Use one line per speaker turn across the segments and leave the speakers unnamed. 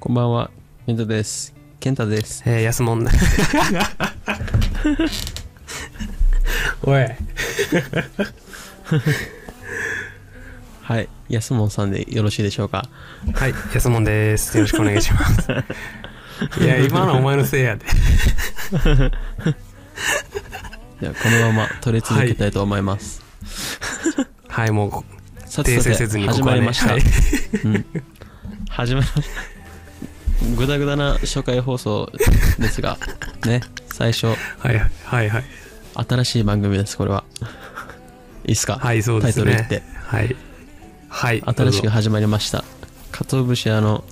こんばんは、健太です。健太です。
えー、安物ねおい
はい、安門さんでよろしいでしょうか。
はい安物ですよろしくお願いします いや今のお前のせいやで
では、このまま取り続けたいと思います。
はいもうこ
さて
訂正せ
さ
ず
て、
にこ
始
こ
ま
は
り
ね
ました。
はい
うん、始まりました。ぐだぐだな初回放送ですが、ね、最初、
はいはいはい
新しい番組です、これは。いいっすか、
はいそう
タ
で
イ
す
トル言っ
ね
て。
はいはい
新しく
どうぞ
始まりました。かつお節屋の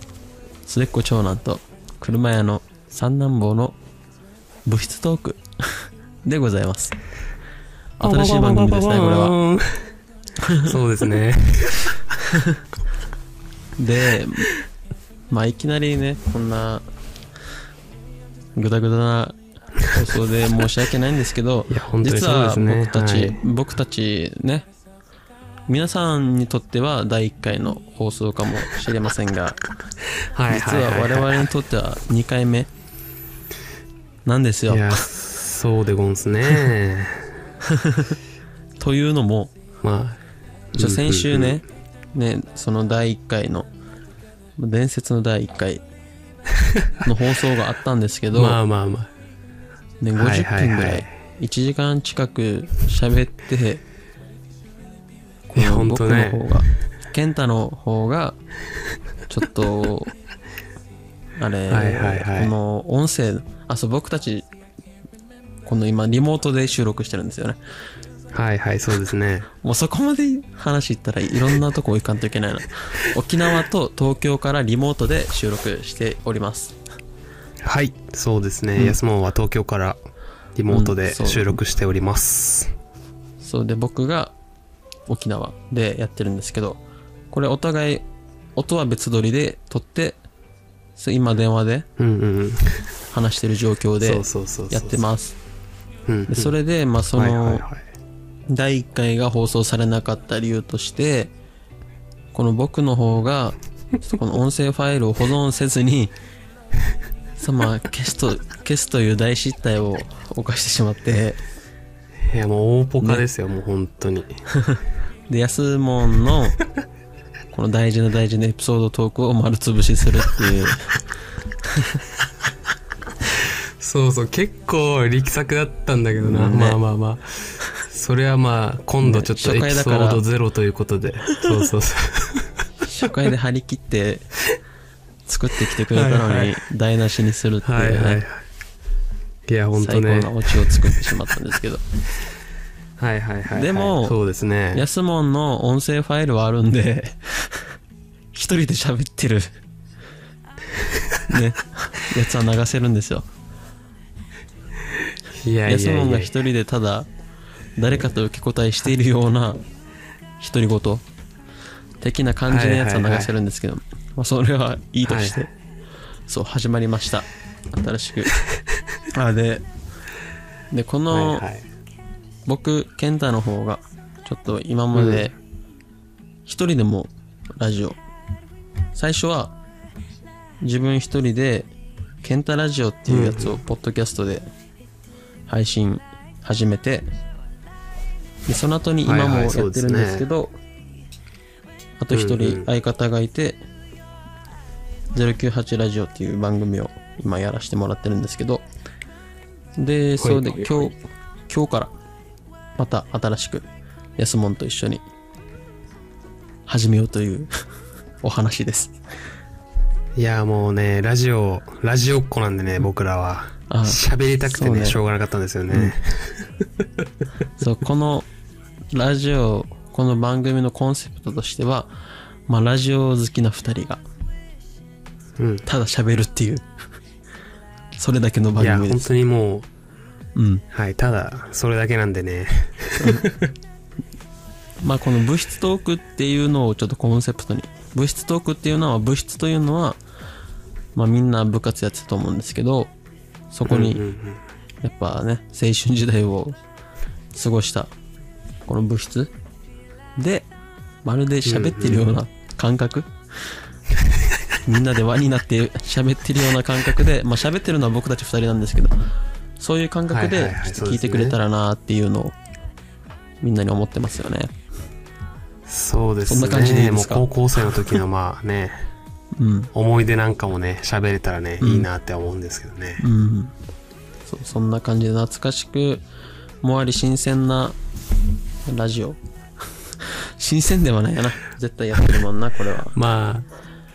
末っ子長男と車屋の三男坊の部室トーク でございます。新しい番組ですね、これは。
そうです ね
で、まあ、いきなりね、こんな、ぐだぐだな放送で申し訳ないんですけど
い、や本当に
実
そうで
は
すね
僕たち、
はい
僕たちね、皆さんにとっては第1回の放送かもしれませんが、
はい
実は我々にとっては2回目なんですよ
い。やそうでごんすね
というのも、
ま
ちょ先週ね、ね、その第1回の、伝説の第1回の放送があったんですけ
あ
ど、
まあまあまあ
ね、50分ぐら
はい
い、
はいはい
1時間近く喋って、こ
いや
の
本
僕
当
の
ね
方が、健太の方が、ちょっ と、あれ、
はいはいはい
この音声、あ、そう、僕たち、この今、リモートで収録してるんですよね。
はいはいそうですね
もうそこまで話いったらいろんなとこ行かんといけないな。沖縄と東京からリモートで収録しております。
はい、そうですね。安物は東京からリモート
うん
で
そう
収録しております。
そうで、僕が沖縄でやってるんですけど、これお互い音は別撮りで撮って、そう今電話で
うんうんうん。
話してる状況で
そうそうそうそう。
やってます。
す。うんうん、
でそれで、まあそ
はいはい
の
はい。
第1回が放送されなかった理由として、この僕の方が、ちょっとこの音声ファイルを保存せずに、 さまあ、消すと、消すという大失態を犯してしまって、
いや、もう大ポカですよ、もう本当に。
で、安門の、この大事な大事なエピソードトークを丸潰しするって いう。
そうそう、結構力作だったんだけどな。
ね
まあまあまあ。それはまあ、今度ちょっと
ね初
エ
回
ピ
だ
ソ
から
ードゼロということで。そうそうそ
初回で張り切って、作ってきてくれたの
はい
に、台無しにするって
う。はいいうはいはい
ね、。
いや、本当
最高
ね。
なオチを作ってしまったんですけど。
はいはいはいはい。
でも
そうですね。
安門の音声ファイルはあるんで、一人で喋ってる、 ね、やつは流せるんですよ。
いやいやい
安
や
門
い
が
や
一。人でただ、誰かと受け答えしているような、独り言的な感じのやつは流せるんですけど、まあそれはいいとして、
はい
そう、始まりました。新 しく。あ、で、で、この、
はいはい
僕健太の方がちょっと今まで一人でもラジオ最初は自分一人で健太ラジオっていうやつをポッドキャストで配信始めてでその後に今も
はい
や
は
っ
い
てるんですけどあと一
うんう
人
ん
相方がいて098ラジオっていう番組を今やらせてもらってるんですけどでそうで
はいはいは
今
い
日今日からまた新しく安門と一緒に始めようという お話です。
いやもうねラジオラジオっ子なんでね僕らは
あ
喋りたくて
そう
ね
ね
しょうがなかったんですよね、
そう、このラジオ、この番組のコンセプトとしては、まあ、ラジオ好きな2人が
うん
ただ喋るっていう、それだけの番
いや
組で
本
す。
当にも
う
う
ん。
はいただそれだけなんでね
まあ、この物質トークっていうのをちょっとコンセプトに。物質トークっていうのは、物質というのは、まあ、みんな部活やってたと思うんですけど、そこに
うんうん
やっぱね、青春時代を過ごした、この物質 で、まるで喋ってるような感覚、みんなで輪になって喋ってるような感覚で、まあ喋ってるのは僕たち二人なんですけど、そういう感覚
はいは
で
いはい
ちょっと聞いてくれたらなっていうのを、みんなに思ってますよね。
そうですね。
そんな感じでいいですか
もう高校生の時のまあね、
うん。
思い出なんかもね、喋れたらね、
うん
いいなって思うんですけどね。
うん。そそんな感じで懐かしくもあり新鮮なラジオ。 新鮮ではないやな。絶対やってるもんな、これは。
まあ、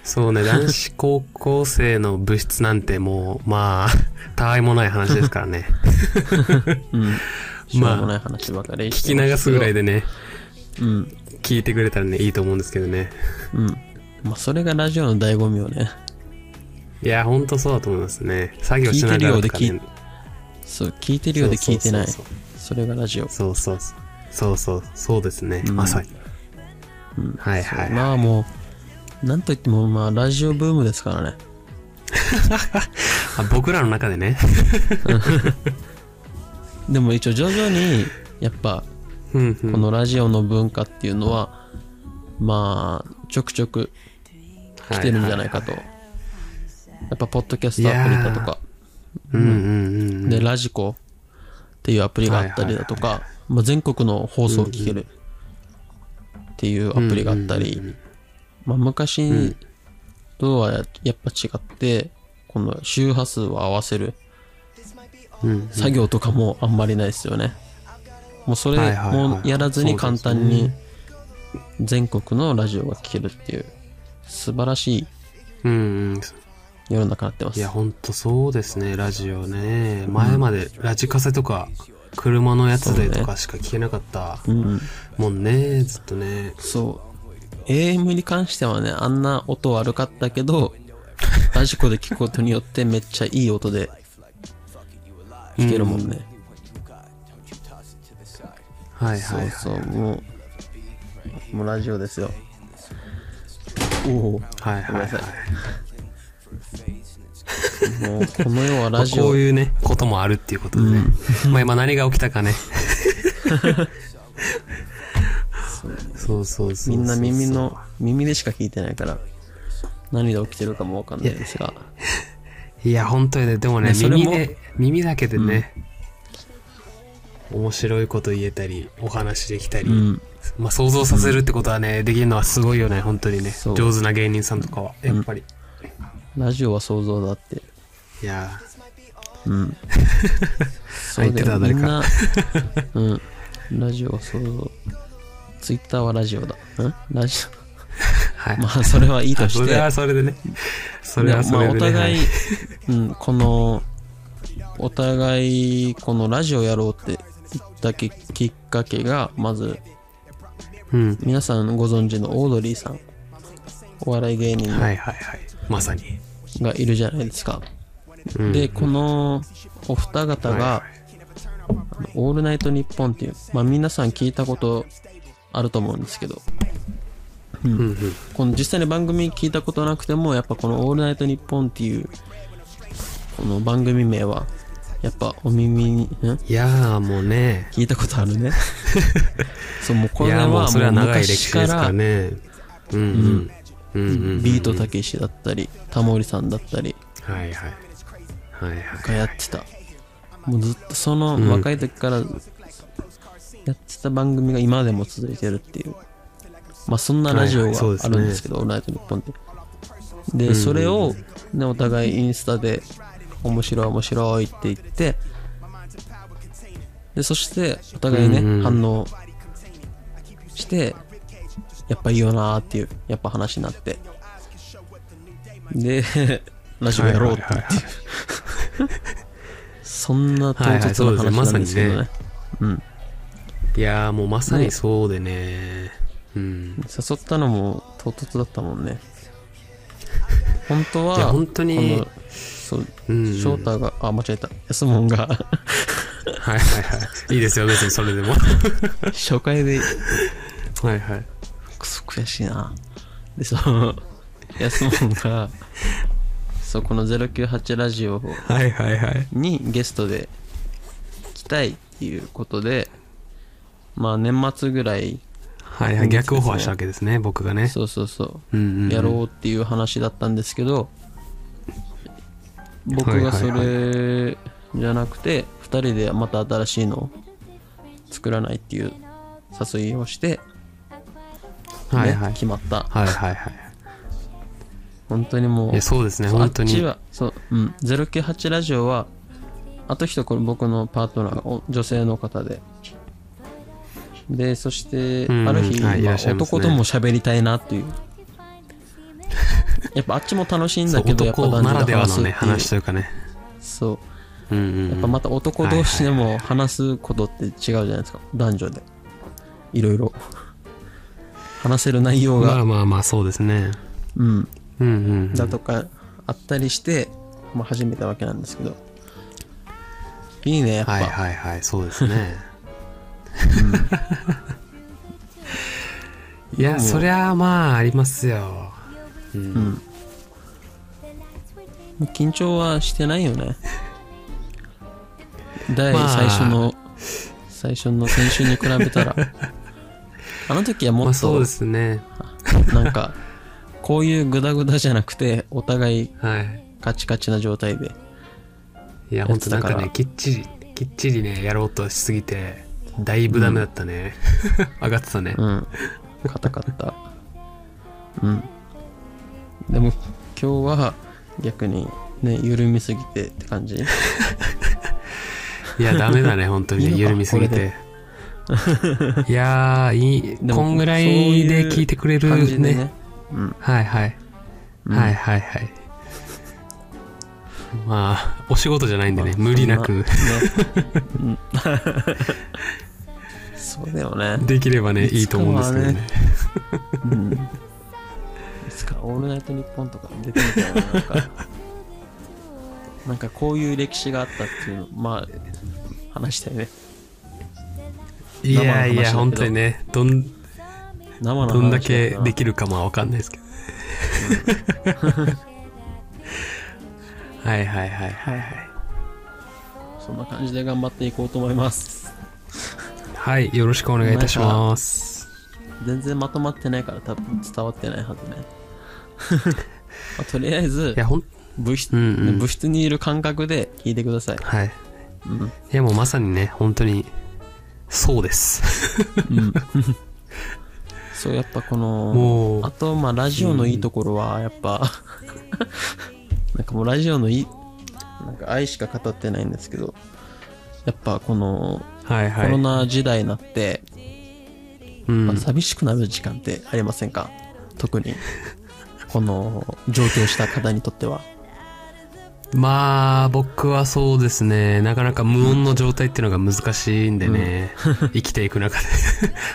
そ うね、男子高校生の部室なんてもう、まあ、 たわいもない話ですから ね。
うん。しょうもない話ばかり
聞き流すぐらい
で。
でね、
うん。
聞いてくれたらね、いいと思うんですけどね。
うん。まあ、それがラジオの醍醐味よね。
いや、ほんとそうだと思いますね。作業しながらとか
聞いてるよう
ね
で。そう、聞いてるようで聞いてない。
そう
それがラジオ。
そうそう。そうそうそう、そうですね。
うん
まさに。
うん
はいはいはい。
まあもう、なんといっても、まあ、ラジオブームですからね。
あ僕らの中でね。
でも一応徐々に、やっぱ、
うんう
こ
ん。
のラジオの文化っていうのは、まあ、ちょくちょく来てるんじゃないかと。やっぱ、ポッドキャストアプリだとか、
はいはいはい。うんうんうんうん。
で、ラジコっていうアプリがあったりだとか、まあ、全国の放送を聞けるっていうアプリがあったり、まあ、昔とはやっぱ違って、この周波数を合わせる
うん
作業とかもあんまりないですよね。もうそれ
はいはいはい
もやらずに簡単
そう
に
で
全国のラジオが聴けるっていう素晴らしい
うんうん。
世の中になってま
いや、
す。
ほんとそうですね、ラジオね。前までラジカセとか、車のやつでとかしか聞けなかった
うん。
もんね、ずっとね。
そう。AM に関してはね、あんな音悪かったけど、ラジコで聞くことによってめっちゃいい音で聞けるもんね。
はいはいはい。
そうそう、もう、もうラジオですよ。おお、
はいはいは。
ごめんないもうこの世はラジ
こ
オ
う。いうね、こともあるっていうことでね。 まあ今何が起き たかね。そうそうそう。
みんな耳の、耳でしか聞いてないから、何で起きてるかもわかんないですが、
いや、本当にね、でもね、
ねそれ
耳
も
で、耳だけでね、面白いこと言えたり、お話できたり、
ん
まあ想像させるってことはね、できるのはすごいよね、本当にね。
そう
上手な芸人さんとかは、やっぱり。
ラジオは想像だって。
いや
うん。 そ
言ってた
み
誰
んな
か、
うん。ラジオは想像。ツイッターはラジオだ。んラジ
ー、はい。
オ。まあ、それはいいと
そ
して。
れはそれでね。それはそれで、ね。
まあ、お互い
は、
うん、この、お互い、このラジオやろうって言ったききっかけが、まず、
うん。
皆さんご存知のオードリーさん、お笑い芸人
はいはいはい。まさに。
がいるじゃないですか。
うん
で、このお二方が、
は
オールナイトニッポンっていう、まあ皆さん聞いたことあると思うんですけど、
いはい、うんうん。
この実際に番組聞いたことなくても、やっぱこのオールナイトニッポンっていう、この番組名は、やっぱお耳に、ん
いやーもうね。
聞いたことある ね。そう、もうこ
い
れ
や
は
ーも
も
うそれは
う
長い歴史
昔か
ですから
ら、
ね。うんうん。うんうんうん。
ビートたけしだったり、タモリさんだったり、
はいはい。はいはい。
がやってたもうずっとその
ん
若い時からやってた番組が今でも続いてるっていうまあそんなラジオ
はい
が
そうです
あ
ね
るんですけど「オールナイトニッポン」ってでそれを、ね、お互いインスタで「面白い面白い」って言ってでそしてお互いね、
うんうん
反応してやっぱいいよなーっていうやっぱ話になってで ラジオやろうって
はいはいはいはい
そんな唐突な話なんですけどね。
はいはいそうですねまさにね
うん。
いやーもうまさにそうでね。うん。
誘ったのも唐突だったもんね。本当
いや
は、
本当に
このそう、
うん
翔太が、あ、間違えた。安門 が、
はいはいはい。いいですよ、別にそれ でも。
初回で、
はいはい。
くそ悔しいな。で、その、安門が、そう、この098ラジオ
はいはいはい。
にゲストで来たいっていうことで、まあ年末ぐらい
はいはい。逆オファーしたわけですね、僕がね。
そうそうそう
うんうんうん。
やろうっていう話だったんですけど、僕がそ
はい
れじゃなくて、2人でまた新しいのを作らないっていう誘いをして、ね
はいはい。
決まった。
はいはいはい。
本当にもう
いや、そうですね、
そう
本当
あっち
に。
はそう、うん、098ラジオはあと人これ僕のパートナーがお女性の方ででそして、
うん
ある日、
はいい
まあ
らっしゃいますね
男とも喋りたいなっていうやっぱあっちも楽しいんだ
そう
けどやっぱ
男
男
なら
女
で
で
は
話すって
のね、
いう
話というかね。
そう
うんうんうん。
やっぱまた男同士でも話すことって違うじゃないですか、男女でいろいろ話せる内容が、
まあまあまあ、そうですね。
うん
うんうん。
だとかあったりして、まあ、始めたわけなんですけどいいねやっぱ、
はいはいはい、そうですね。 いや、そりゃまあ、ありますよ。うん。
緊張はしてないよ ね第
まあ
最初の、最初の先週に比べたら あの時は
ま
も
あ
っ
そう
と
ですね。
なんかこういうグダグダじゃなくてお互い
はい。
カチカチな状態で
いや、
や
ほん
つ
と
だ
なん
から
かね、きっちり、きっちりね、やろうとしすぎて、だいぶダメだっ たね。上がってたね。
うん硬かったうんでも今日は逆にね緩みすぎてって感じ
いや、ダメだね、本当
いいの
に。
か
緩みすぎて。いやー、いい。
でも
こんぐら
そう
い
い
で
う
聞いてくれ
感じ
る
でね
ね。はいはい。はいはいはい。まあ、お仕事じゃないんでね、
まあ
無理なく
そん なねうんそうだよね
できればね、いいと思うんですけどね。
うんいつか「オールナイトニッポン」とか出てみたいななんか なんかこういう歴史があったっていうのまあ話したいね
いや
生の話だ
い
け
や、
ど
本当にね、どん、
生の話
どんだけで
き
きるかまあわかんないですけど。はいはいはいはいはい。
そんな感じで頑張っていこうと思います
はい、よろしくお願いいたします。
全然まとまってないから多分伝わってないはずね、 まあとりあえず
いや、ほん、
部室,、
うんうん
部室にいる感覚で聞いてください、
はい。い
うん
や、もうまさにね、本当に、そうです。
うん、そうやっぱこの
もう
あとまあラジオのいいところはやっぱ なんかもうラジオのいいなんか愛しか語ってないんですけどやっぱこの
はい
コ
はい。
ロナ時代になって、
うん
まあ、寂しくなる時間ってありませんか特にこの上京した方にとっては
まあ、僕はそうですね。なかなか無音の状態っていうのが難しいんでね。生きていく中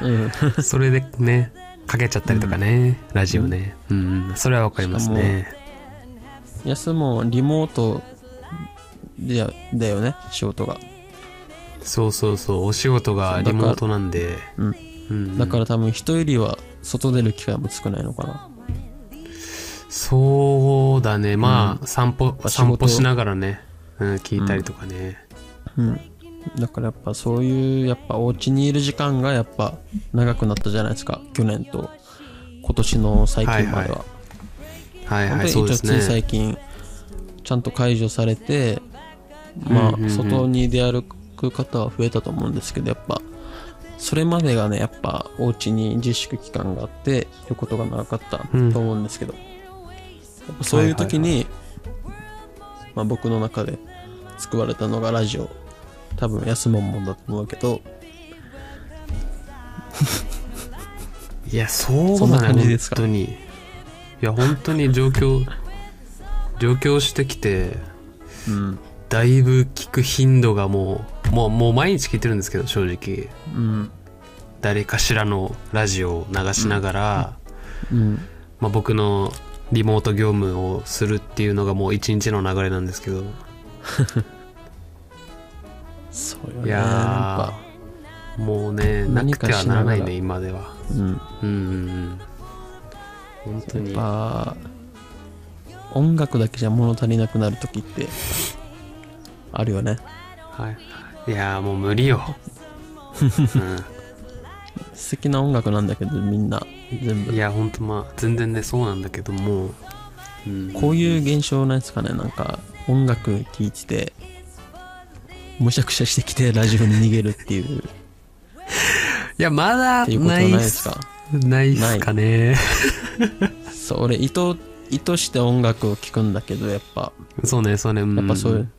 うん
で。 それでね、かけちゃったりとかね。ラジオね。うん。それはわかりますね。
安もリモートでやだよね仕事が
そうそうそう。お仕事がリモートなんで。
うん
うん
だから多分人よりは外出る機会も少ないのかな
そうだね。まあ、散歩、
ぱ仕
散
事
歩しながらね。うん、聞いたりとかね。
うんだからやっぱそういうやっぱお家にいる時間がやっぱ長くなったじゃないですか去年と今年の最近までは、
はいはい、そ
本当に一
うで
応
す
つい
ね。
最近ちゃんと解除されて、
うん
ま
うんう
あ
ん
外に出歩く方は増えたと思うんですけどやっぱそれまでがねやっぱお家に自粛期間があっていることが長かったと
うん
思うんですけど、やっぱそういう時に、まあ、僕の中で救われたのがラジオ多分安もんもんだと思うけど
いや、そう
そんな
だ
感
ね、
じで
本
すか
当に。いや、本当に状況、上京してきて、
うん
だいぶ聞く頻度がもう、もう、もう毎日聞いてるんですけど、正直。
うん
誰かしらのラジオを流しながら、
うん
まあ、僕のリモート業務をするっていうのがもう一日の流れなんですけど。
そうよ
い
ねやっ
や
ぱ
ー、もうね、な
何
く
か
ては
しな
なら
がら
ないね、今では。
うん
うんうんうん。本当
やっ
に。
ぱ音楽だけじゃ物足りなくなる時ってあるよね
はい。いやー、もう無理よ。うん
素敵な音楽なんだけど、みんな、全
い
部。
や、ほんとまあ、全然ね、そうなんだけども、うん、
こういう現象なんですかね、なんか、音楽聴いてて、むしゃくしゃしてきて、ラジオに逃げるって いう、っ
いや、まだ
ていうことは
な
ない
いっ
です
す、
か
ないっすかね。
そう、俺、意図、意図して音楽を聴くんだけど、やっぱ、
そうね、そうね、うん
やっぱそういう、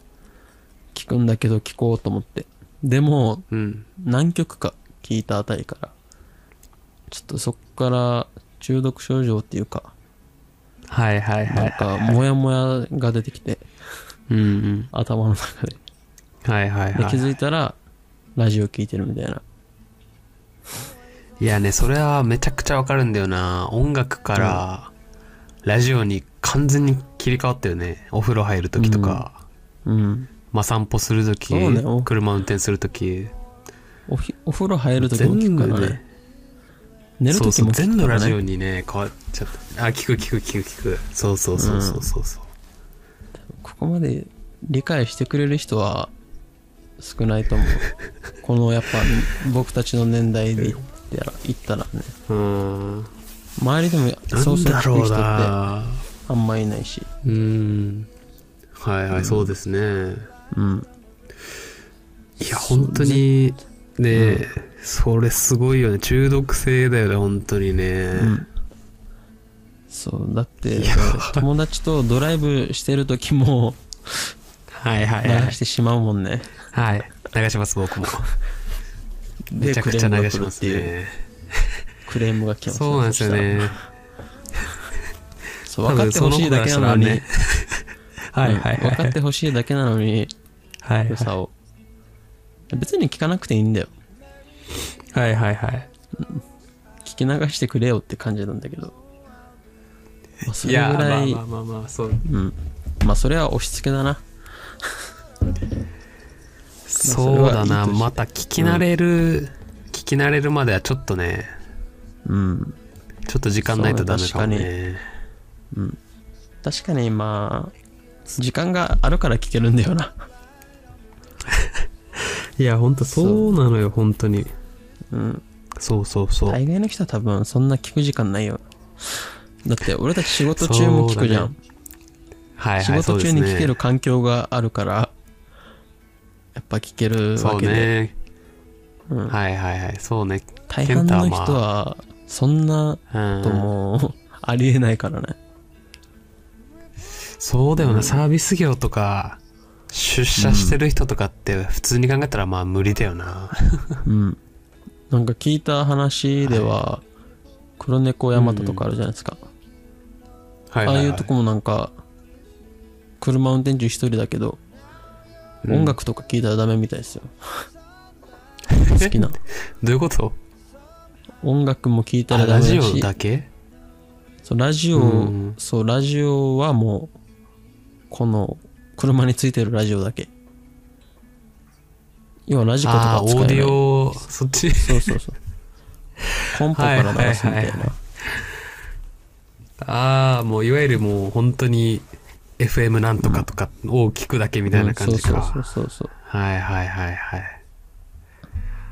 聴くんだけど、聴こうと思って。でも、
うん。
何曲か聴いたあたりから、ちょっとそっから、中毒症状っていうか、
はいはいは
なん
い。
か、モヤモヤが出てきて、
うんうん。
頭の中で。
はいはい
で、
は
気
い。
づいたら、ラジオ聴いてるみたいな。
いやね、それはめちゃくちゃわかるんだよな。音楽から、ラジオに完全に切り替わったよね。お風呂入るときとか、
うん。
まあ散歩するとき、
そうねお
車運転するとき、
おひお風呂入るときも
全
聞
部
くから
ね
ね。、寝る
そ
と
う
き
そう
も聞
全
く
部
から
ラジ
ね。
オにね、変わっちゃった。あ、聞く聞く聞く聞く。そうそうそうそうそうそう。
ここまで理解してくれる人は少ないと思 う。このやっぱ僕たちの年代で言ったら言ったらね。
うーん。
周りでも
な
そうそ
ん
う
だ
聞
ろ
く人って
う
あ
な。
んまいないし。
うーん。はいはい、そうですね。
うん。
いや、本当に、ね、それすごいよね。中毒性だよね、本当にね。
うん。そう、だって
いや
友達とドライブしてるときも
はいはい
流
はい
し。てしまうもんね。
はい。流します、僕も。めちゃくちゃ流しますね。
クレームが来ます
そうなんですよ。ね。
そう分かってほしいだけなのに。
はいは
う
い
ん分か
は
っ
い。
てほしいだけなのに、
はい
良さを。別に聞かなくていいんだよ。
はいはいはい。
聞き流してくれよって感じなんだけど。まあ、そ
い
れぐ
や、ま
ら
あ
い、
まあまあまあ、そう。
うん。まあ、それは押し付けだな。それはいい
そうだな、
として
また聞き慣れる、聞き慣れるまではちょっとね、
うん。
ちょっと時間ないとダメかも
そう
ね。
確かに、まあ、時間があるから聞けるんだよな。
いや、ほんとそうなのよ、本当に。
うん。
そうそうそう。
大概の人は多分、そんな聞く時間ないよ。だって、俺たち仕事中も聞くじゃん。
はい
仕
はい、
事
そうで
中
す
に聞け
ね
る。環境があるから、やっぱ聞ける
そ
わ
う
けで。
ね。
うん
はいはいはい、そうね。
大半の
ケンタは
人
まあ
は、そんな
う
こと
ん。
もう、ありえないからね。
そうだよな、サービス業とか、出社してる人とかって、普通に考えたらまあ無理だよな。
うん。なんか聞いた話では、黒猫ヤマトとかあるじゃないですか。
は
ああいうとこもなんか、車運転中一人だけど、音楽とか聞いたらダメみたい ですよ。好きな。
どういうこと
音楽も聞いた
あ
らダ
ラ
メだ
ジ
し、
オだけ
そうラジオ、
うん
そう、ラジオはもう、この、車についてるラジオだけ。要はラジコと
あ
か
あ、オ
使え
ー
な
デ
い。
ィオ、そっち。
そうそうそう。コンポから流すみたいな。
はいはいはいああ、もういわゆるもう本当に FM なんとかとかを聞くだけみたいな感じ
うんそう
か。
そうそうそう
はいはいはいはい。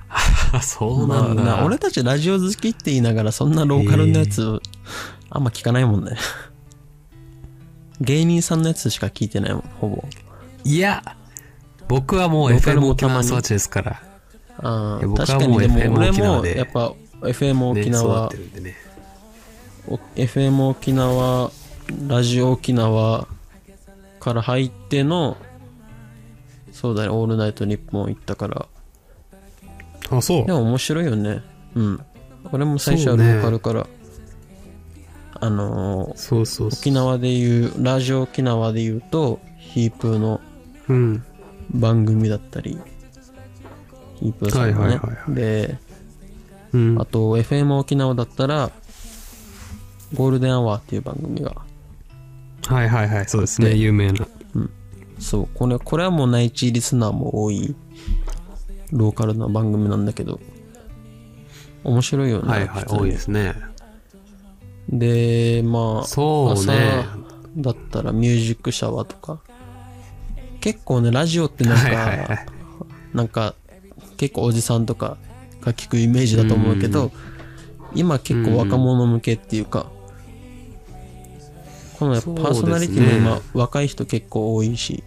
あそう
ま
な
あ
んだ。
な俺たちラジオ好きって言いながらそんなローカルのやつあんま聞かないもんね芸人さんのやつしか聞いてないもんほぼ
いや、僕はもう
ローカル
FM
も
沖
たまに
縄育ちですから。
あ
い
ー
や僕は
確か
もう
にでも
FM
俺
沖縄
も
で
やっぱ FM
ね
沖
育
縄、
ってるんでね。
お FM 沖縄ラジオ沖縄から入ってのそうだね「オールナイトニッポン」行ったから
あ、そう
で。も面白いよねうん俺も最初はローカルから、あのー
そうそうそう。
沖縄でいうラジオ沖縄でいうとヒープーの
うん。
番組だったりヒープーさんのね、
はいはいはいは
で
うん。
あと FM 沖縄だったらゴールデンアワーっていう番組が
はいはいはい、そうですね。
で
有名な。
そうこれこれはもう内地リスナーも多いローカルな番組なんだけど面白いよね
はいはい、
普通に
多いですね。
でまあ
そうね。
朝だったらミュージックシャワーとか結構ねラジオってなんか、
はいはいはい。
なんか結構おじさんとかが聞くイメージだと思うけど、今結構若者向けっていうか、このやっぱパーソナリティも今、
そう
若い人結構多いし、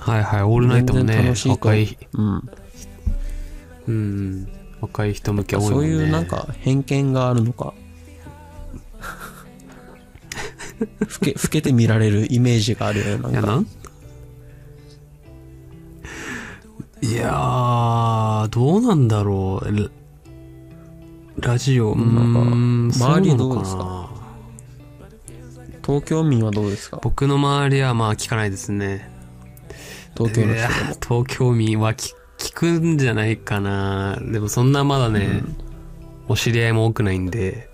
はいはい、オールナイトも
全然
ね
楽、しいと
若い、
うん、
うん、若い人向け多いもんね。
そういうなんか偏見があるのか 老け老けて見られるイメージがあるよねな
いや
んか
なんいやーどうなんだろうララジオ
なんか周り
そうなの
どうですか東京民はどうですか
僕の周りはまあ聞かないですね
東京の
い
人
やー東京民は聞聞くんじゃないかなでもそんなまだね、お知り合いも多くないんで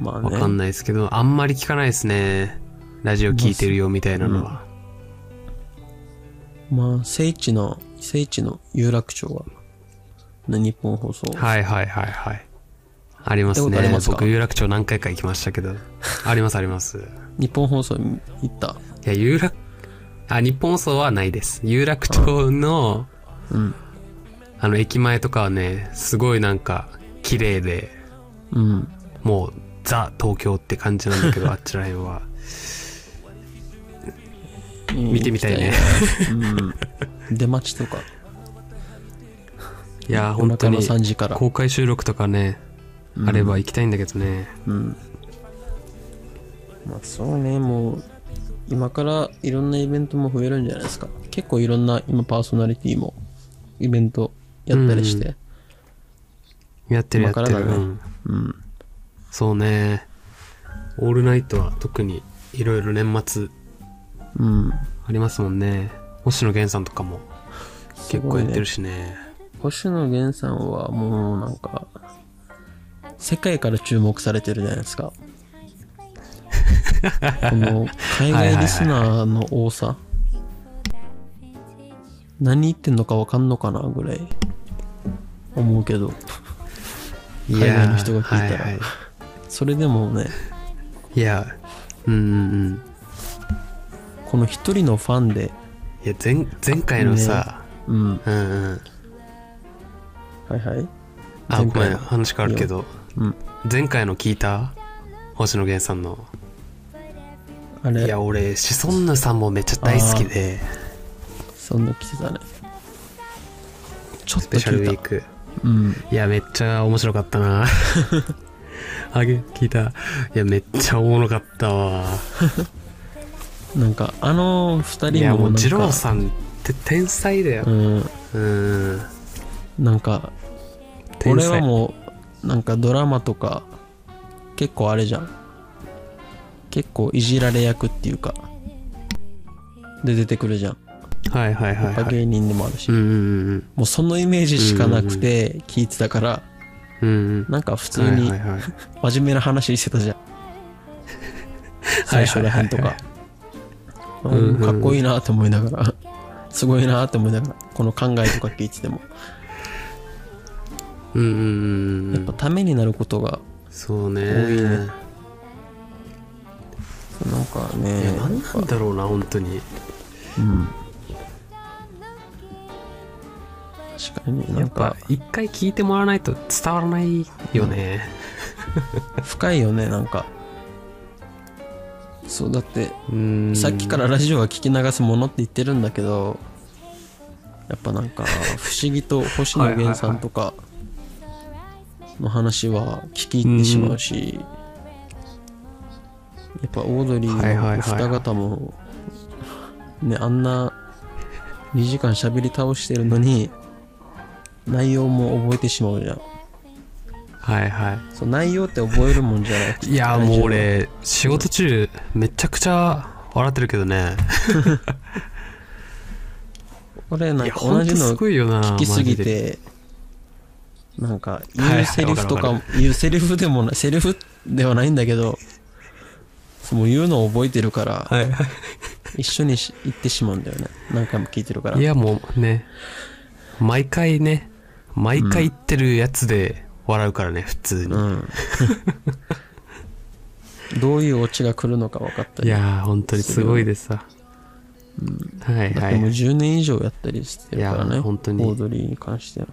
まあね
わかんないですけど、あんまり聞かないですねラジオ聞いてるよみたいなのは、
まあ聖地の聖地の有楽町はね日本放送、
はいはいはいはい。あります
行ったこと
ね。
ありますか
僕、有楽町何回か行きましたけど。ありますあります。い
日本放送に行った
や、有楽、あ、日本放送はないです。有楽町の、
うん
あの、駅前とかはね、すごいなんか、綺麗で、
うん
もう、ザ・東京って感じなんだけど、あっ ちらへんは。見てみたいね
うん出待ちとか
いや、
夜
本当
中
に
の、3時から
公開収録とかね、あれば行きたいんだけどね。
うんまあそうねもう今からいろんなイベントも増えるんじゃないですか結構いろんな今パーソナリティもイベントやったりして
やってるや
今
って
か
る。
らだね
うん
うん
そうね。オールナイトは特に、いろいろ年末、
うん
ありますもんね星野源さんとかも結構やってるしね
星野源さんはもうなんか世界から注目されてるじゃないですかこの海外リスナーの多さ何言ってんのか分かんのかなぐらい思うけど
い
海外の人が聞いたら
はいは
それでもね
い、いやうんうんうん
この一人のファンで
いや前前回のさ、
うん
うんうん
はいはい
あ
前
ごめ
回
ん
の
話変わるけど、
うん
前回の聞いた星野源さんの
あ
い
れ
や俺シソンヌさんもめっちゃ大好きで
そんな来てたねちょっ
ス
と
ペシャル
聞
ウィ
いた
ーク
うん
いやめっちゃ面白かった なあげ聞いたいやめっちゃおもろかったわ
なんかあの二
い
人
や
も
もう
なん
二郎
か
さんって天才だよ
うん
うん
なんか
天
俺
才
はもうなんかドラマとか結構あれじゃん結構いじられ役っていうかで出てくるじゃん
はいはいはい、はい。
芸人でもあるし、
うんうん
もうそのイメージしかなくて聞いてたから、
うん。うん
なんか普
うん。
通に
はいはいはい、
真面目な話してた じゃん、最初らへんと
はい
か
は、
う
いうん
ん
うん
かっこいいなって思いながらすごいなって思いながらこの考えとか聞いてても
うんうんうんう
やっ
ん
ぱ。ためになることが
そうね。
多いね
い
なんかね
や、なんなんだろうな、本当に。
うん確かにな
や
ん
っぱ
か、
一回聞いてもらわないと伝わらないよね。
深いよねなんかそうだって
うん。
さっきからラジオは聞き流すものって言ってるんだけどやっぱなんか不思議と星野源さんとかの話は聞き入ってしまうしやっぱオードリ
はい
ー
はいはい
のお二方もねあんな2時間喋り倒してるのに内容も覚えてしまうじゃん
はいは
そう内容って覚えるもんじゃない
い。いや、もう俺、仕事中、めちゃくちゃ笑ってるけどね。
俺ないん
や、
か
ほ
同
ん
じ
とす
の
ごいよな。
聞きすぎ
マジ
て
で。
なんか
はいは
言
いう
セリフとか
わ
も
か
言うセリフでもないセリフではないんだけどもう言うのを覚えてるから
はいは
一緒にし言ってしまうんだよね何回も聞いてるから
い。いや、もうね、毎回ね、毎回言ってるやつで笑うからね、普通に
う。 んどういうオチが来るのか分かった
い
り
やー本当にすごいですさ、はい
だっ
は
てもう
い
10年以上やったりしてるから
い
ね
や本当に
オードリーに関しては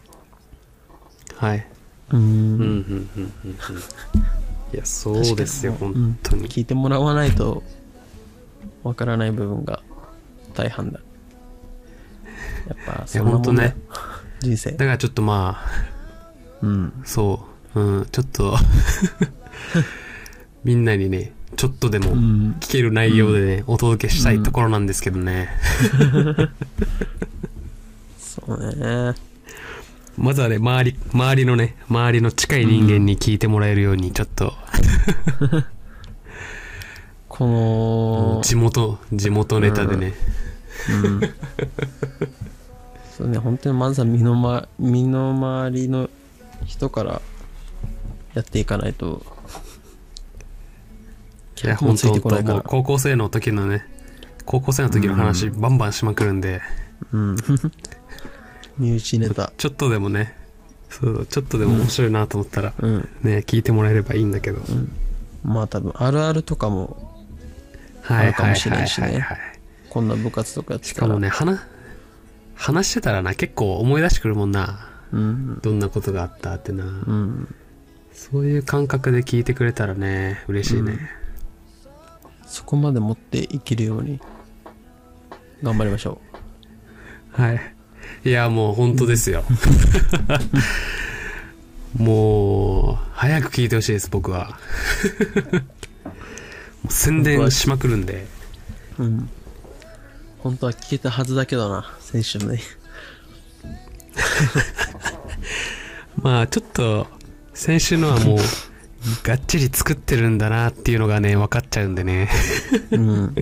はい。
う。
うん、うんん、うん、うん。いや、そうですよ、
確かに
本当に。
聞いてもらわないと、わからない部分が大半だ。やっぱ、
いや、
そんなも
本
ん
当
だよ
ね。。
人生
だ。からちょっとまあ、
うん。
そう、うん、ちょっ と、みんなにね、ちょっとでも
うん。
聞ける内容でね、お届けしたいところなんですけどね。
そうね。
まずはね、周り、周りのね、周りの近い人間に聞いてもらえるように、ちょっと、
この、
地元、地元ネタでね、
うん。そうね、本当にまずは身の,、ま、身の回りの人からやっていかないと、
いや、
客も
本
つい
当
て
本
こない
当
か
もう
ら。
高校生の時のね、高校生の時の話、バンバンしまくるんで、
うん。 身内ネタ。
ちょっとでもね、そう、ちょっとでも面白いなと思ったら、
うん。
ね、聞いてもらえればいいんだけど。
まあ多分、あるあるとかも、
は
あ
い
るか
はい
もしれ
は
ないいし
は
ね
いはい。
こんな部活とかやって。
したからもね、話、話してたらな、結構思い出してくるもんな。
うん。
どんなことがあったってな
う。ん。
そういう感覚で聞いてくれたらね、嬉しいね。
そこまで持っていけるように、頑張りましょ
はい。いや、もう本当ですよ。 もう、早く聞いてほしいです、僕 は。もう宣伝しまくるんで。
う。うん。本当は聞けたはずだけどな、先週ね。
まあ、ちょっと、先週のはもう、がっちり作ってるんだなっていうのがね、分かっちゃうんでね。
うん。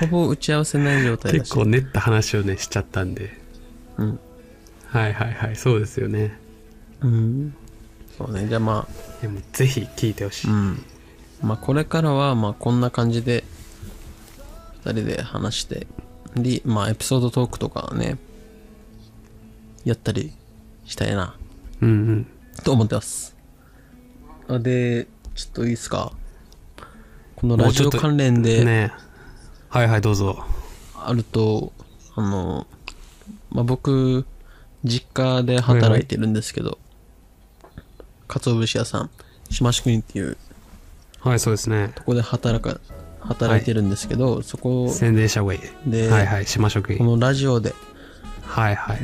ほぼ打ち合わせない状態だし。
結構練った話をね、しちゃったんで。
うん。
はいはいはい、そうですよね。
うん。そうね。じゃあまあ、
でもぜひ聞いてほしい。
うん。まあこれからは、まあこんな感じで、二人で話して、で、まあエピソードトークとかね、やったりしたいな、
うんうん。
と思ってます。あ、で、ちょっといいですかこの
も
ラ
うち
ジ
ょ
オ
っと
関連で、
ねはいはい、どうぞ。
あると、あの、まあ、僕、実家で働いてるんですけど、鰹節屋さん、島宿人っていう、
はい、そうですね。
ここで働か、働いてるんですけど、そこ
宣伝した方がいい。
で、
はいはい、島職
こ
員。
のラジオで、
はいはい。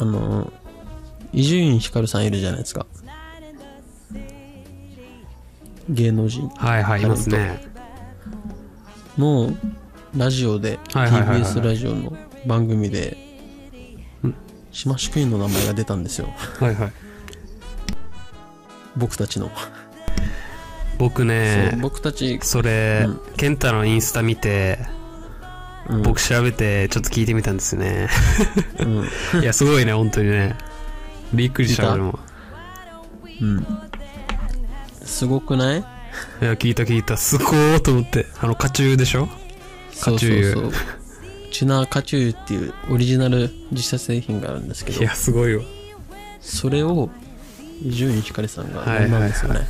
あの、伊集院光さんいるじゃないですか。芸能人
はいはい、いますね。
のラジオで、
はいはいはいはい
TBS ラジオの番組で、島宿員の名前が出たんですよ。
はいはい。
僕たちの。
僕
そう
ね、
僕たち、
それ、健太のインスタ見て、
うん
僕調べて、ちょっと聞いてみたんですよね。
うん、
いや、すごいね、本当にね。びっくりし
聞い
た、
た
俺も。
すごくない
いや、聞いた聞いた。すごーと思って。あの、カチューでしょ
そう
チュウユ
そうそうチナーカチュウユっていうオリジナル自社製品があるんですけ
い
ど
や、すごいわ。
それを伊集院光さんが
はいはいはい
飲んだんですよね、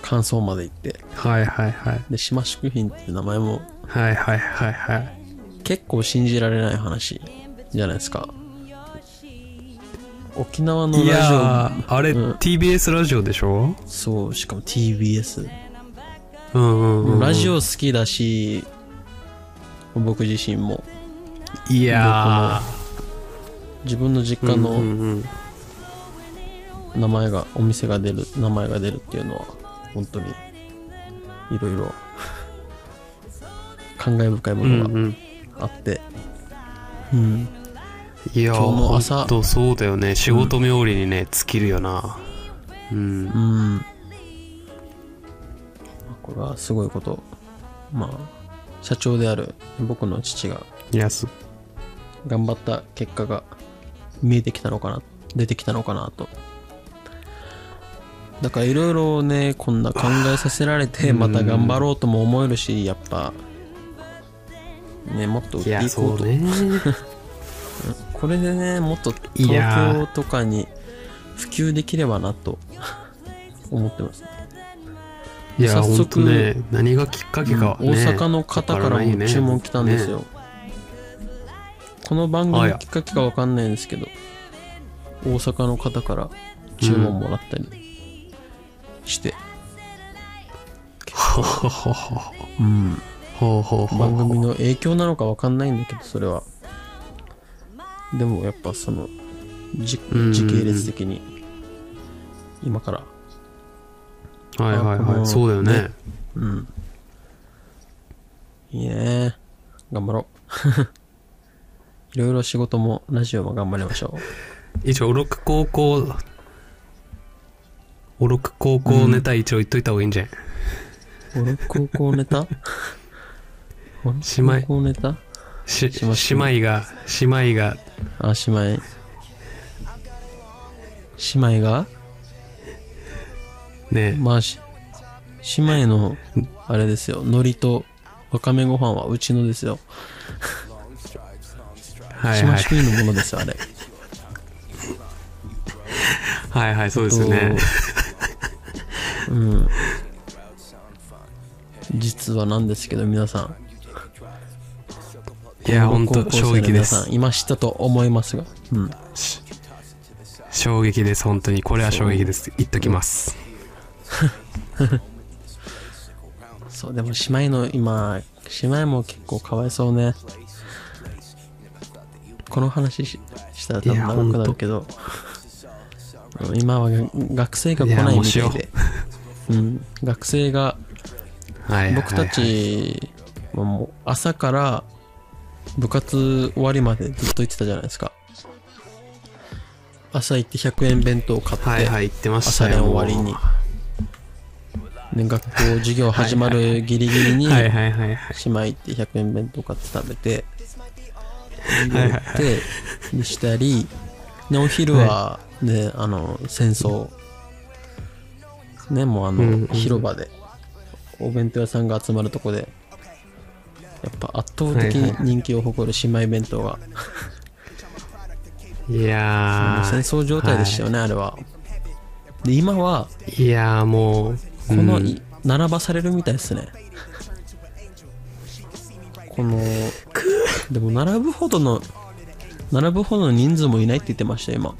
感想まで言って
はいはいはい。
で島食品っていう名前も
はいはいはいはい。
結構信じられない話じゃないですか沖縄の
いや
ラジ
ー、あれ、
うん
TBS ラジオでし
オ
ょ
そうしかも TBS
うんうんうんうん。
ラジオ好きだし僕自身も
いや
自分の実
ー、
家
う
の
んうんうん
名前がお店が出る名前が出るっていうのは本当にいろいろ 感慨深いも
うん
の
う
が
ん。
あってうん、
いやー、
今日の朝
ほんとそうだよね。仕事冥利にね、尽きるよな。うん。
うんまあこれはすごいことまあ社長である僕の父が
いや、す、
頑張った結果が見えてきたのかな出てきたのかなとだからいろいろねこんな考えさせられてまた頑張ろうとも思えるしやっぱねもっと売っ
い
て
や、
いこ
そうう
と
ね。
これでねもっと
いや
東京とかに普及できればなと思ってます
いや、
早
ほ
速
んとね、何がきっかけかはね、
大阪の方から
わな
も
い
注文来たんですよ、
ね
この番組
あや
きっかけかわかんないんですけど大阪の方から注文もらったりして、
ほほほほ
うん
ほうほうほう
番組の影響なのかわかんないんだけどそれはでもやっぱそのじ
うん
時系列的に今から
はいはい
あこ
は
の
いそうだよね
うんいいね頑張ろう いろいろ仕事もラジオも頑張りましょ
一応おろく高校おろく高校ネタ一応言っといた方がいいんじゃん、
う俺高校ネタ俺
しまい
高校ネタ
し
しましょう
姉妹が姉妹が
あ姉妹姉妹が
ね
まあし、姉妹の、あれですよ、海苔とわかめご飯はうちのですよ。
はい
島
はい
主義のものですよ、あれ。
はいはいそうですよね
と。うん。実はなんですけど、皆さん。
いや
こ
ほ
の
んと
高校生の
衝撃で
皆さ
す
ん、今知ったと思いますが。うん。
衝撃です本当にこれは衝撃です言っときます
そう、でも姉妹の今、姉妹も結構かわいそうね。この話ししたら多分長くなるけど、うん今は学生が来ないみたいで、うん、学生が、
はいはいはい
僕たちはもう朝から部活終わりまでずっと行ってたじゃないですか。朝行って100円弁当買って、
はいはい言ってまし
朝
た
練
よ
終わりに、ね、学校授業始まるギリギリに、
はいはいはいはい
しまいって100円弁当買って食べて、行って、にしたり、で、お昼は、ね、あの、戦争、ね、もうあの、
うんうん
広場で、お弁当屋さんが集まるとこで、やっぱ圧倒的に人気を誇る姉妹弁当が、
い
も
や
う戦
ー
争状態でしたよね、あれは。で、今は、
いやーもう
この、
うん
い並ばされるみたいですねこのでも並ぶほどの並ぶほどの人数もいないって言ってましたよ今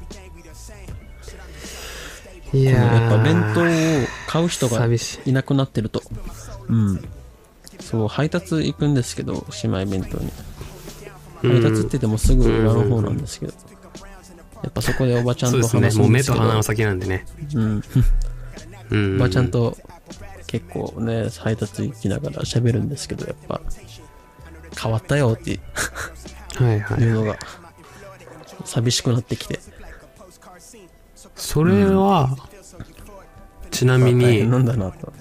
いやー
やっぱ弁当を買う人が
寂し
いなくなってるとうんそう配達行くんですけど姉妹弁当に配達って言ってもすぐ裏の方なんですけどやっぱそこでおばちゃん
そう
と
で
話
す
すん
ね
ですけど
もう目と鼻の先なんでね
うん
うん
おばちゃんと結構ね配達行きながら喋るんですけどやっぱ変わったよって
はいはい
いうのが寂しくなってきて
それは、ちなみ
大
に
変なんだなと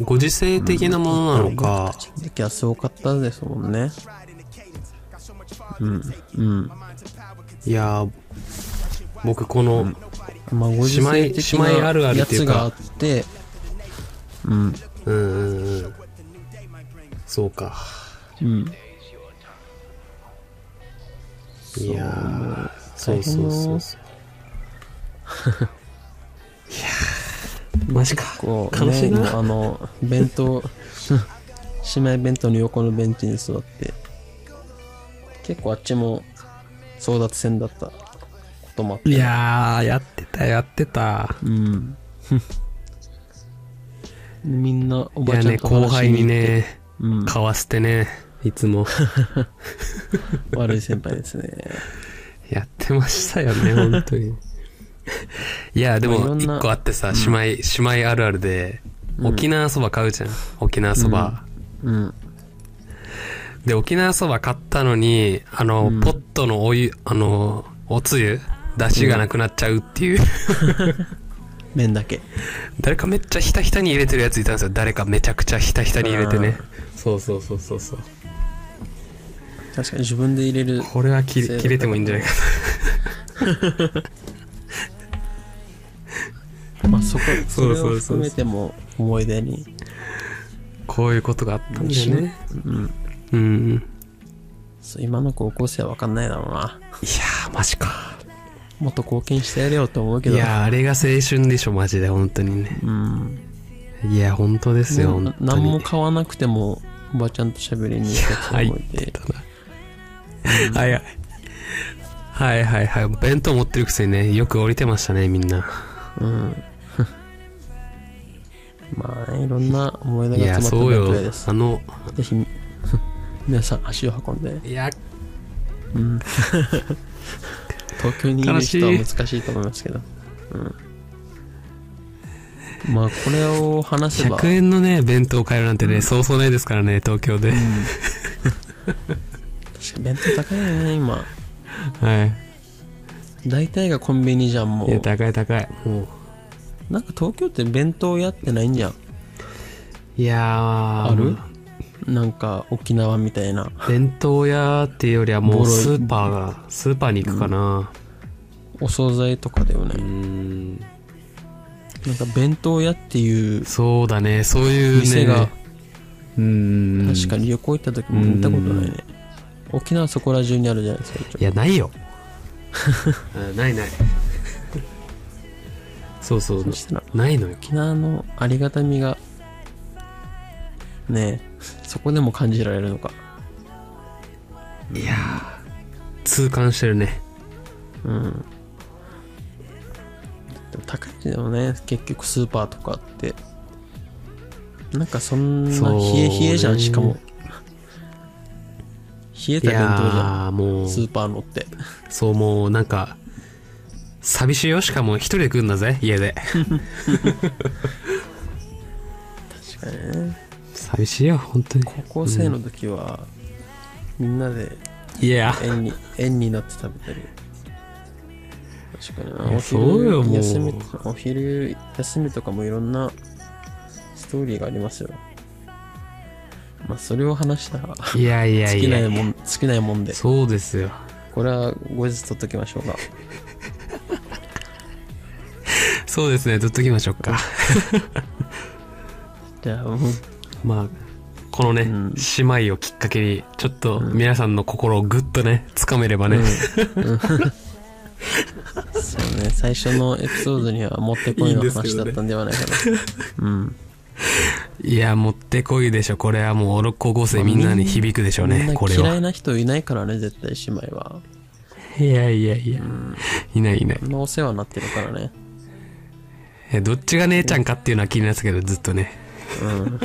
ご時世的なものなのか、
時はすごかったですもんねうんうん
いやー僕この、
まあご時世的
姉妹姉妹あるあ
な
る
や
ってい
つ
うか
があってうん
うん、うんうんそうか
うん
いやーそう
う
そうそうそういやーマジか
こう
悲し
ね
いな
もうあの弁当姉妹弁当の横のベンチに座って結構あっちも争奪戦だったこともあって
いやーやってたやってた
うん みんなお
い
ば
や
ちゃ
ね
んと
後輩にね
うん、
買わせてねい つも
悪い先輩ですね
やってましたよね本当 にいやで
まあいろ
も
んな
一個あってさ、姉妹姉妹あるあるで沖縄そば買うじゃん沖縄そば、
うん
で沖縄そば買ったのにあの、ポットのお湯あのおつゆ出汁がなくなっちゃうっていう、
麺だけ
誰かめっちゃひたひたに入れてるやついたんですよ誰かめちゃくちゃひたひたに入れてねそうそうそうそうそう
確かに自分で入れる
これは切
せー
れ
の
切れてもいいんじゃないか
まあそこそ
そうそうそう
れを含めても思い出に
なこういうことがあったんだよね
うん
うんうん
そう今の高校生は分かんないだろうない
やーマジか
もっと貢献してやれよと思うけ
い
ど
やーあれが青春でしょマジで本当にね
うん
いや本当ですよ
もう
本当に
何も 買わなくてもおばちゃんと喋りに行くやつ
入
もい
って
て
たなはいはいはいはいはい。弁当持ってるくせにね、よく降りてましたね、みんな。
うん。まあ、いろんな思い出
い
が
や、
詰ま
そ
っ
う
てるプ
よ
レイで。す
あ。の、
ぜひ、皆さん足を運んで、
いや、
うん、東京にいる人は
悲しい
難しいと思いますけど。うん、まあ、これを話せば、
100円のね、弁当を買えるなんてね、そうそうないですからね、東京で。
確かに弁当高いよね、今。
はい。
大体がコンビニじゃん、も
いや、
う。
高い高い。もう。
なんか東京って弁当屋ってないんじゃん。
いやー、
あるなんか沖縄みたいな。
弁当屋っていうよりはも
ボ
う
ロい
スーパーが、スーパーに行くかな。
お惣菜とかだよ
うー
ね。
ん。
なんか弁当屋っていう
そうだね、そういうね。
店が。
うーん。
確か
に。
に旅行行った時も見たことないね、沖縄そこら中にあるじゃないですか
いや、な いよ。あないない。そうそう
そ。したら
ないのよ。
沖縄のありがたみがねえそこでも感じられるのか
いやー痛感してるね。
うんでも高いでもね結局スーパーとかってなんかそんな
そうね
冷え冷えじゃんしかも冷え
い
た弁当じゃ
やーも
ん
う
ス、ーパーのって
そうもうなんか、寂しいよ。しかも一人で来るんだぜ、家で。
確かにね
寂しいよ、本当に。
高校生の時は、みんなで
いや。
円に円になって食べてる確かに
い
な
や
お
そうよも
昼
う
休みお昼休みとかもいろんなストーリーがありますよまあそれを話したら
いやいや
尽
い
きな
や
いもん尽きないもんで
そうですよ。
これは後日取っときましょうか
そうですね、ずっときましょうか。
じゃあもう
まあ、このね、
うん
姉妹をきっかけに、ちょっと皆さんの心をぐっとね、掴めればね。
そうね最初のエピソードにはもってこい
いいん
の
ですけ
話
どね
だったんではないかな うん
いや、もってこいでしょ。これはもう、高校生みんなに響くでしょう
みん
ね、こ
な
れ
嫌い
は。
な人いないからね絶対姉妹はい
やいやいや、いないいない
あ。んなお世話になってるからね
えどっちが姉ちゃんかっていうのは気になってたけど、ずっとね。
うん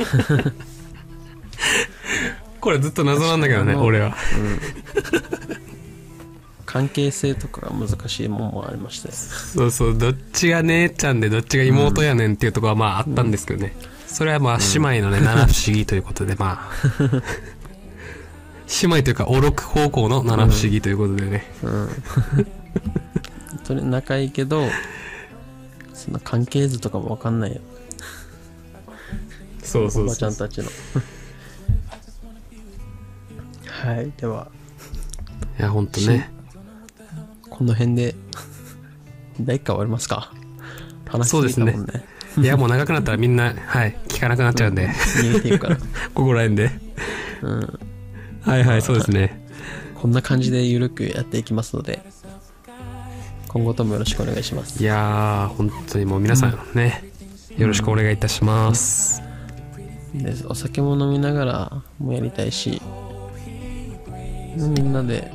これずっと謎なんだけど
確
ね、
かに
俺は。
関係性とかが難しいもんもありまして
そうそう、どっちが姉ちゃんでどっちが妹やねんっていうところはまああったんですけどね。それはまあ姉妹のね、七不思議ということで、 まあ。姉妹というか、おろく方向の七不思議ということでね。
うん 本当に仲いいけどそんな関係図とかも分かんないよ
そうそ
お
う
ばち
そ
ゃ。
うん
たちの はいではい
や、ほんとね。
この辺で 第一回終わりますか話しすぎたもんね
いや、もう長くなったらみんな、はい、聞かなくなっちゃうんで、
逃げていくから、
ここら辺で。
うん、
はいはい、そうですね。
こんな感じでゆるくやっていきますので今後ともよろしくお願いします
いやー、ほんとにもう皆さんね、よろしくお願いいたします。
でお酒も飲みながらもやりたいしみんなで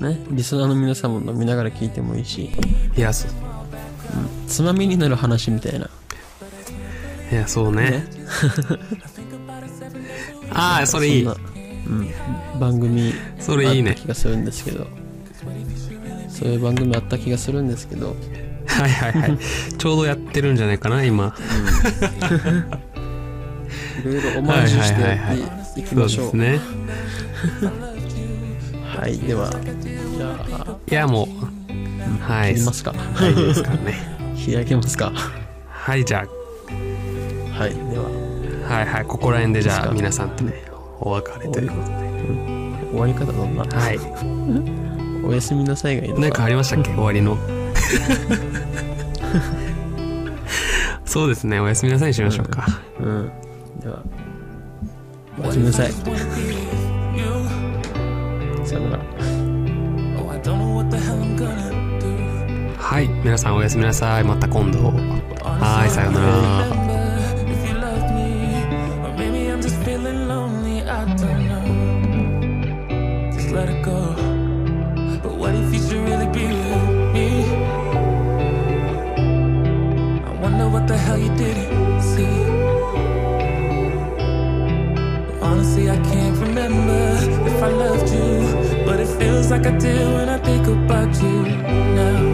ねリスナーの皆さんも飲みながら聞いてもいいし
いや、そう。
つまみになる話みたいない
や、そうね
ね。
ああ、それいい
んな。うん、番組
それいい
あ
ね
った気がするんですけどそういう番組あった気がするんですけど
はいはいはい。ちょうどやってるんじゃないかな、今。
いろいろオマージュして
はい
や
はいはい
っていき
そう
ま
で
しょう
すね。
はいではじゃあ
いや、もう、はい。
切りますか
大丈夫ですからね。
開けますか
はい、じゃ
はいでは
あ、はいはい。ここら辺で、じ
いい
ゃ
です
あ、
か
皆さんとね、お別れということで。
終わり方どんな、
はい。
おやすみなさいがいいの
何かありましたっけ終わり の。そうですね。おやすみなさいにしましょうか。
うんではおやすみなさいさよなら
Oh, I don't know what the hell I'm gonna do.
はい。皆さん、おやすみなさい。また今度。はい、さようなら。
Remember if you loved me, or maybe I'm just feeling lonely. I don't know. Just let it go. But What if you should really be with me? I wonder what the hell you didn't see. Honestly, I can't remember if I loved you, but it feels like I did when I think about you now.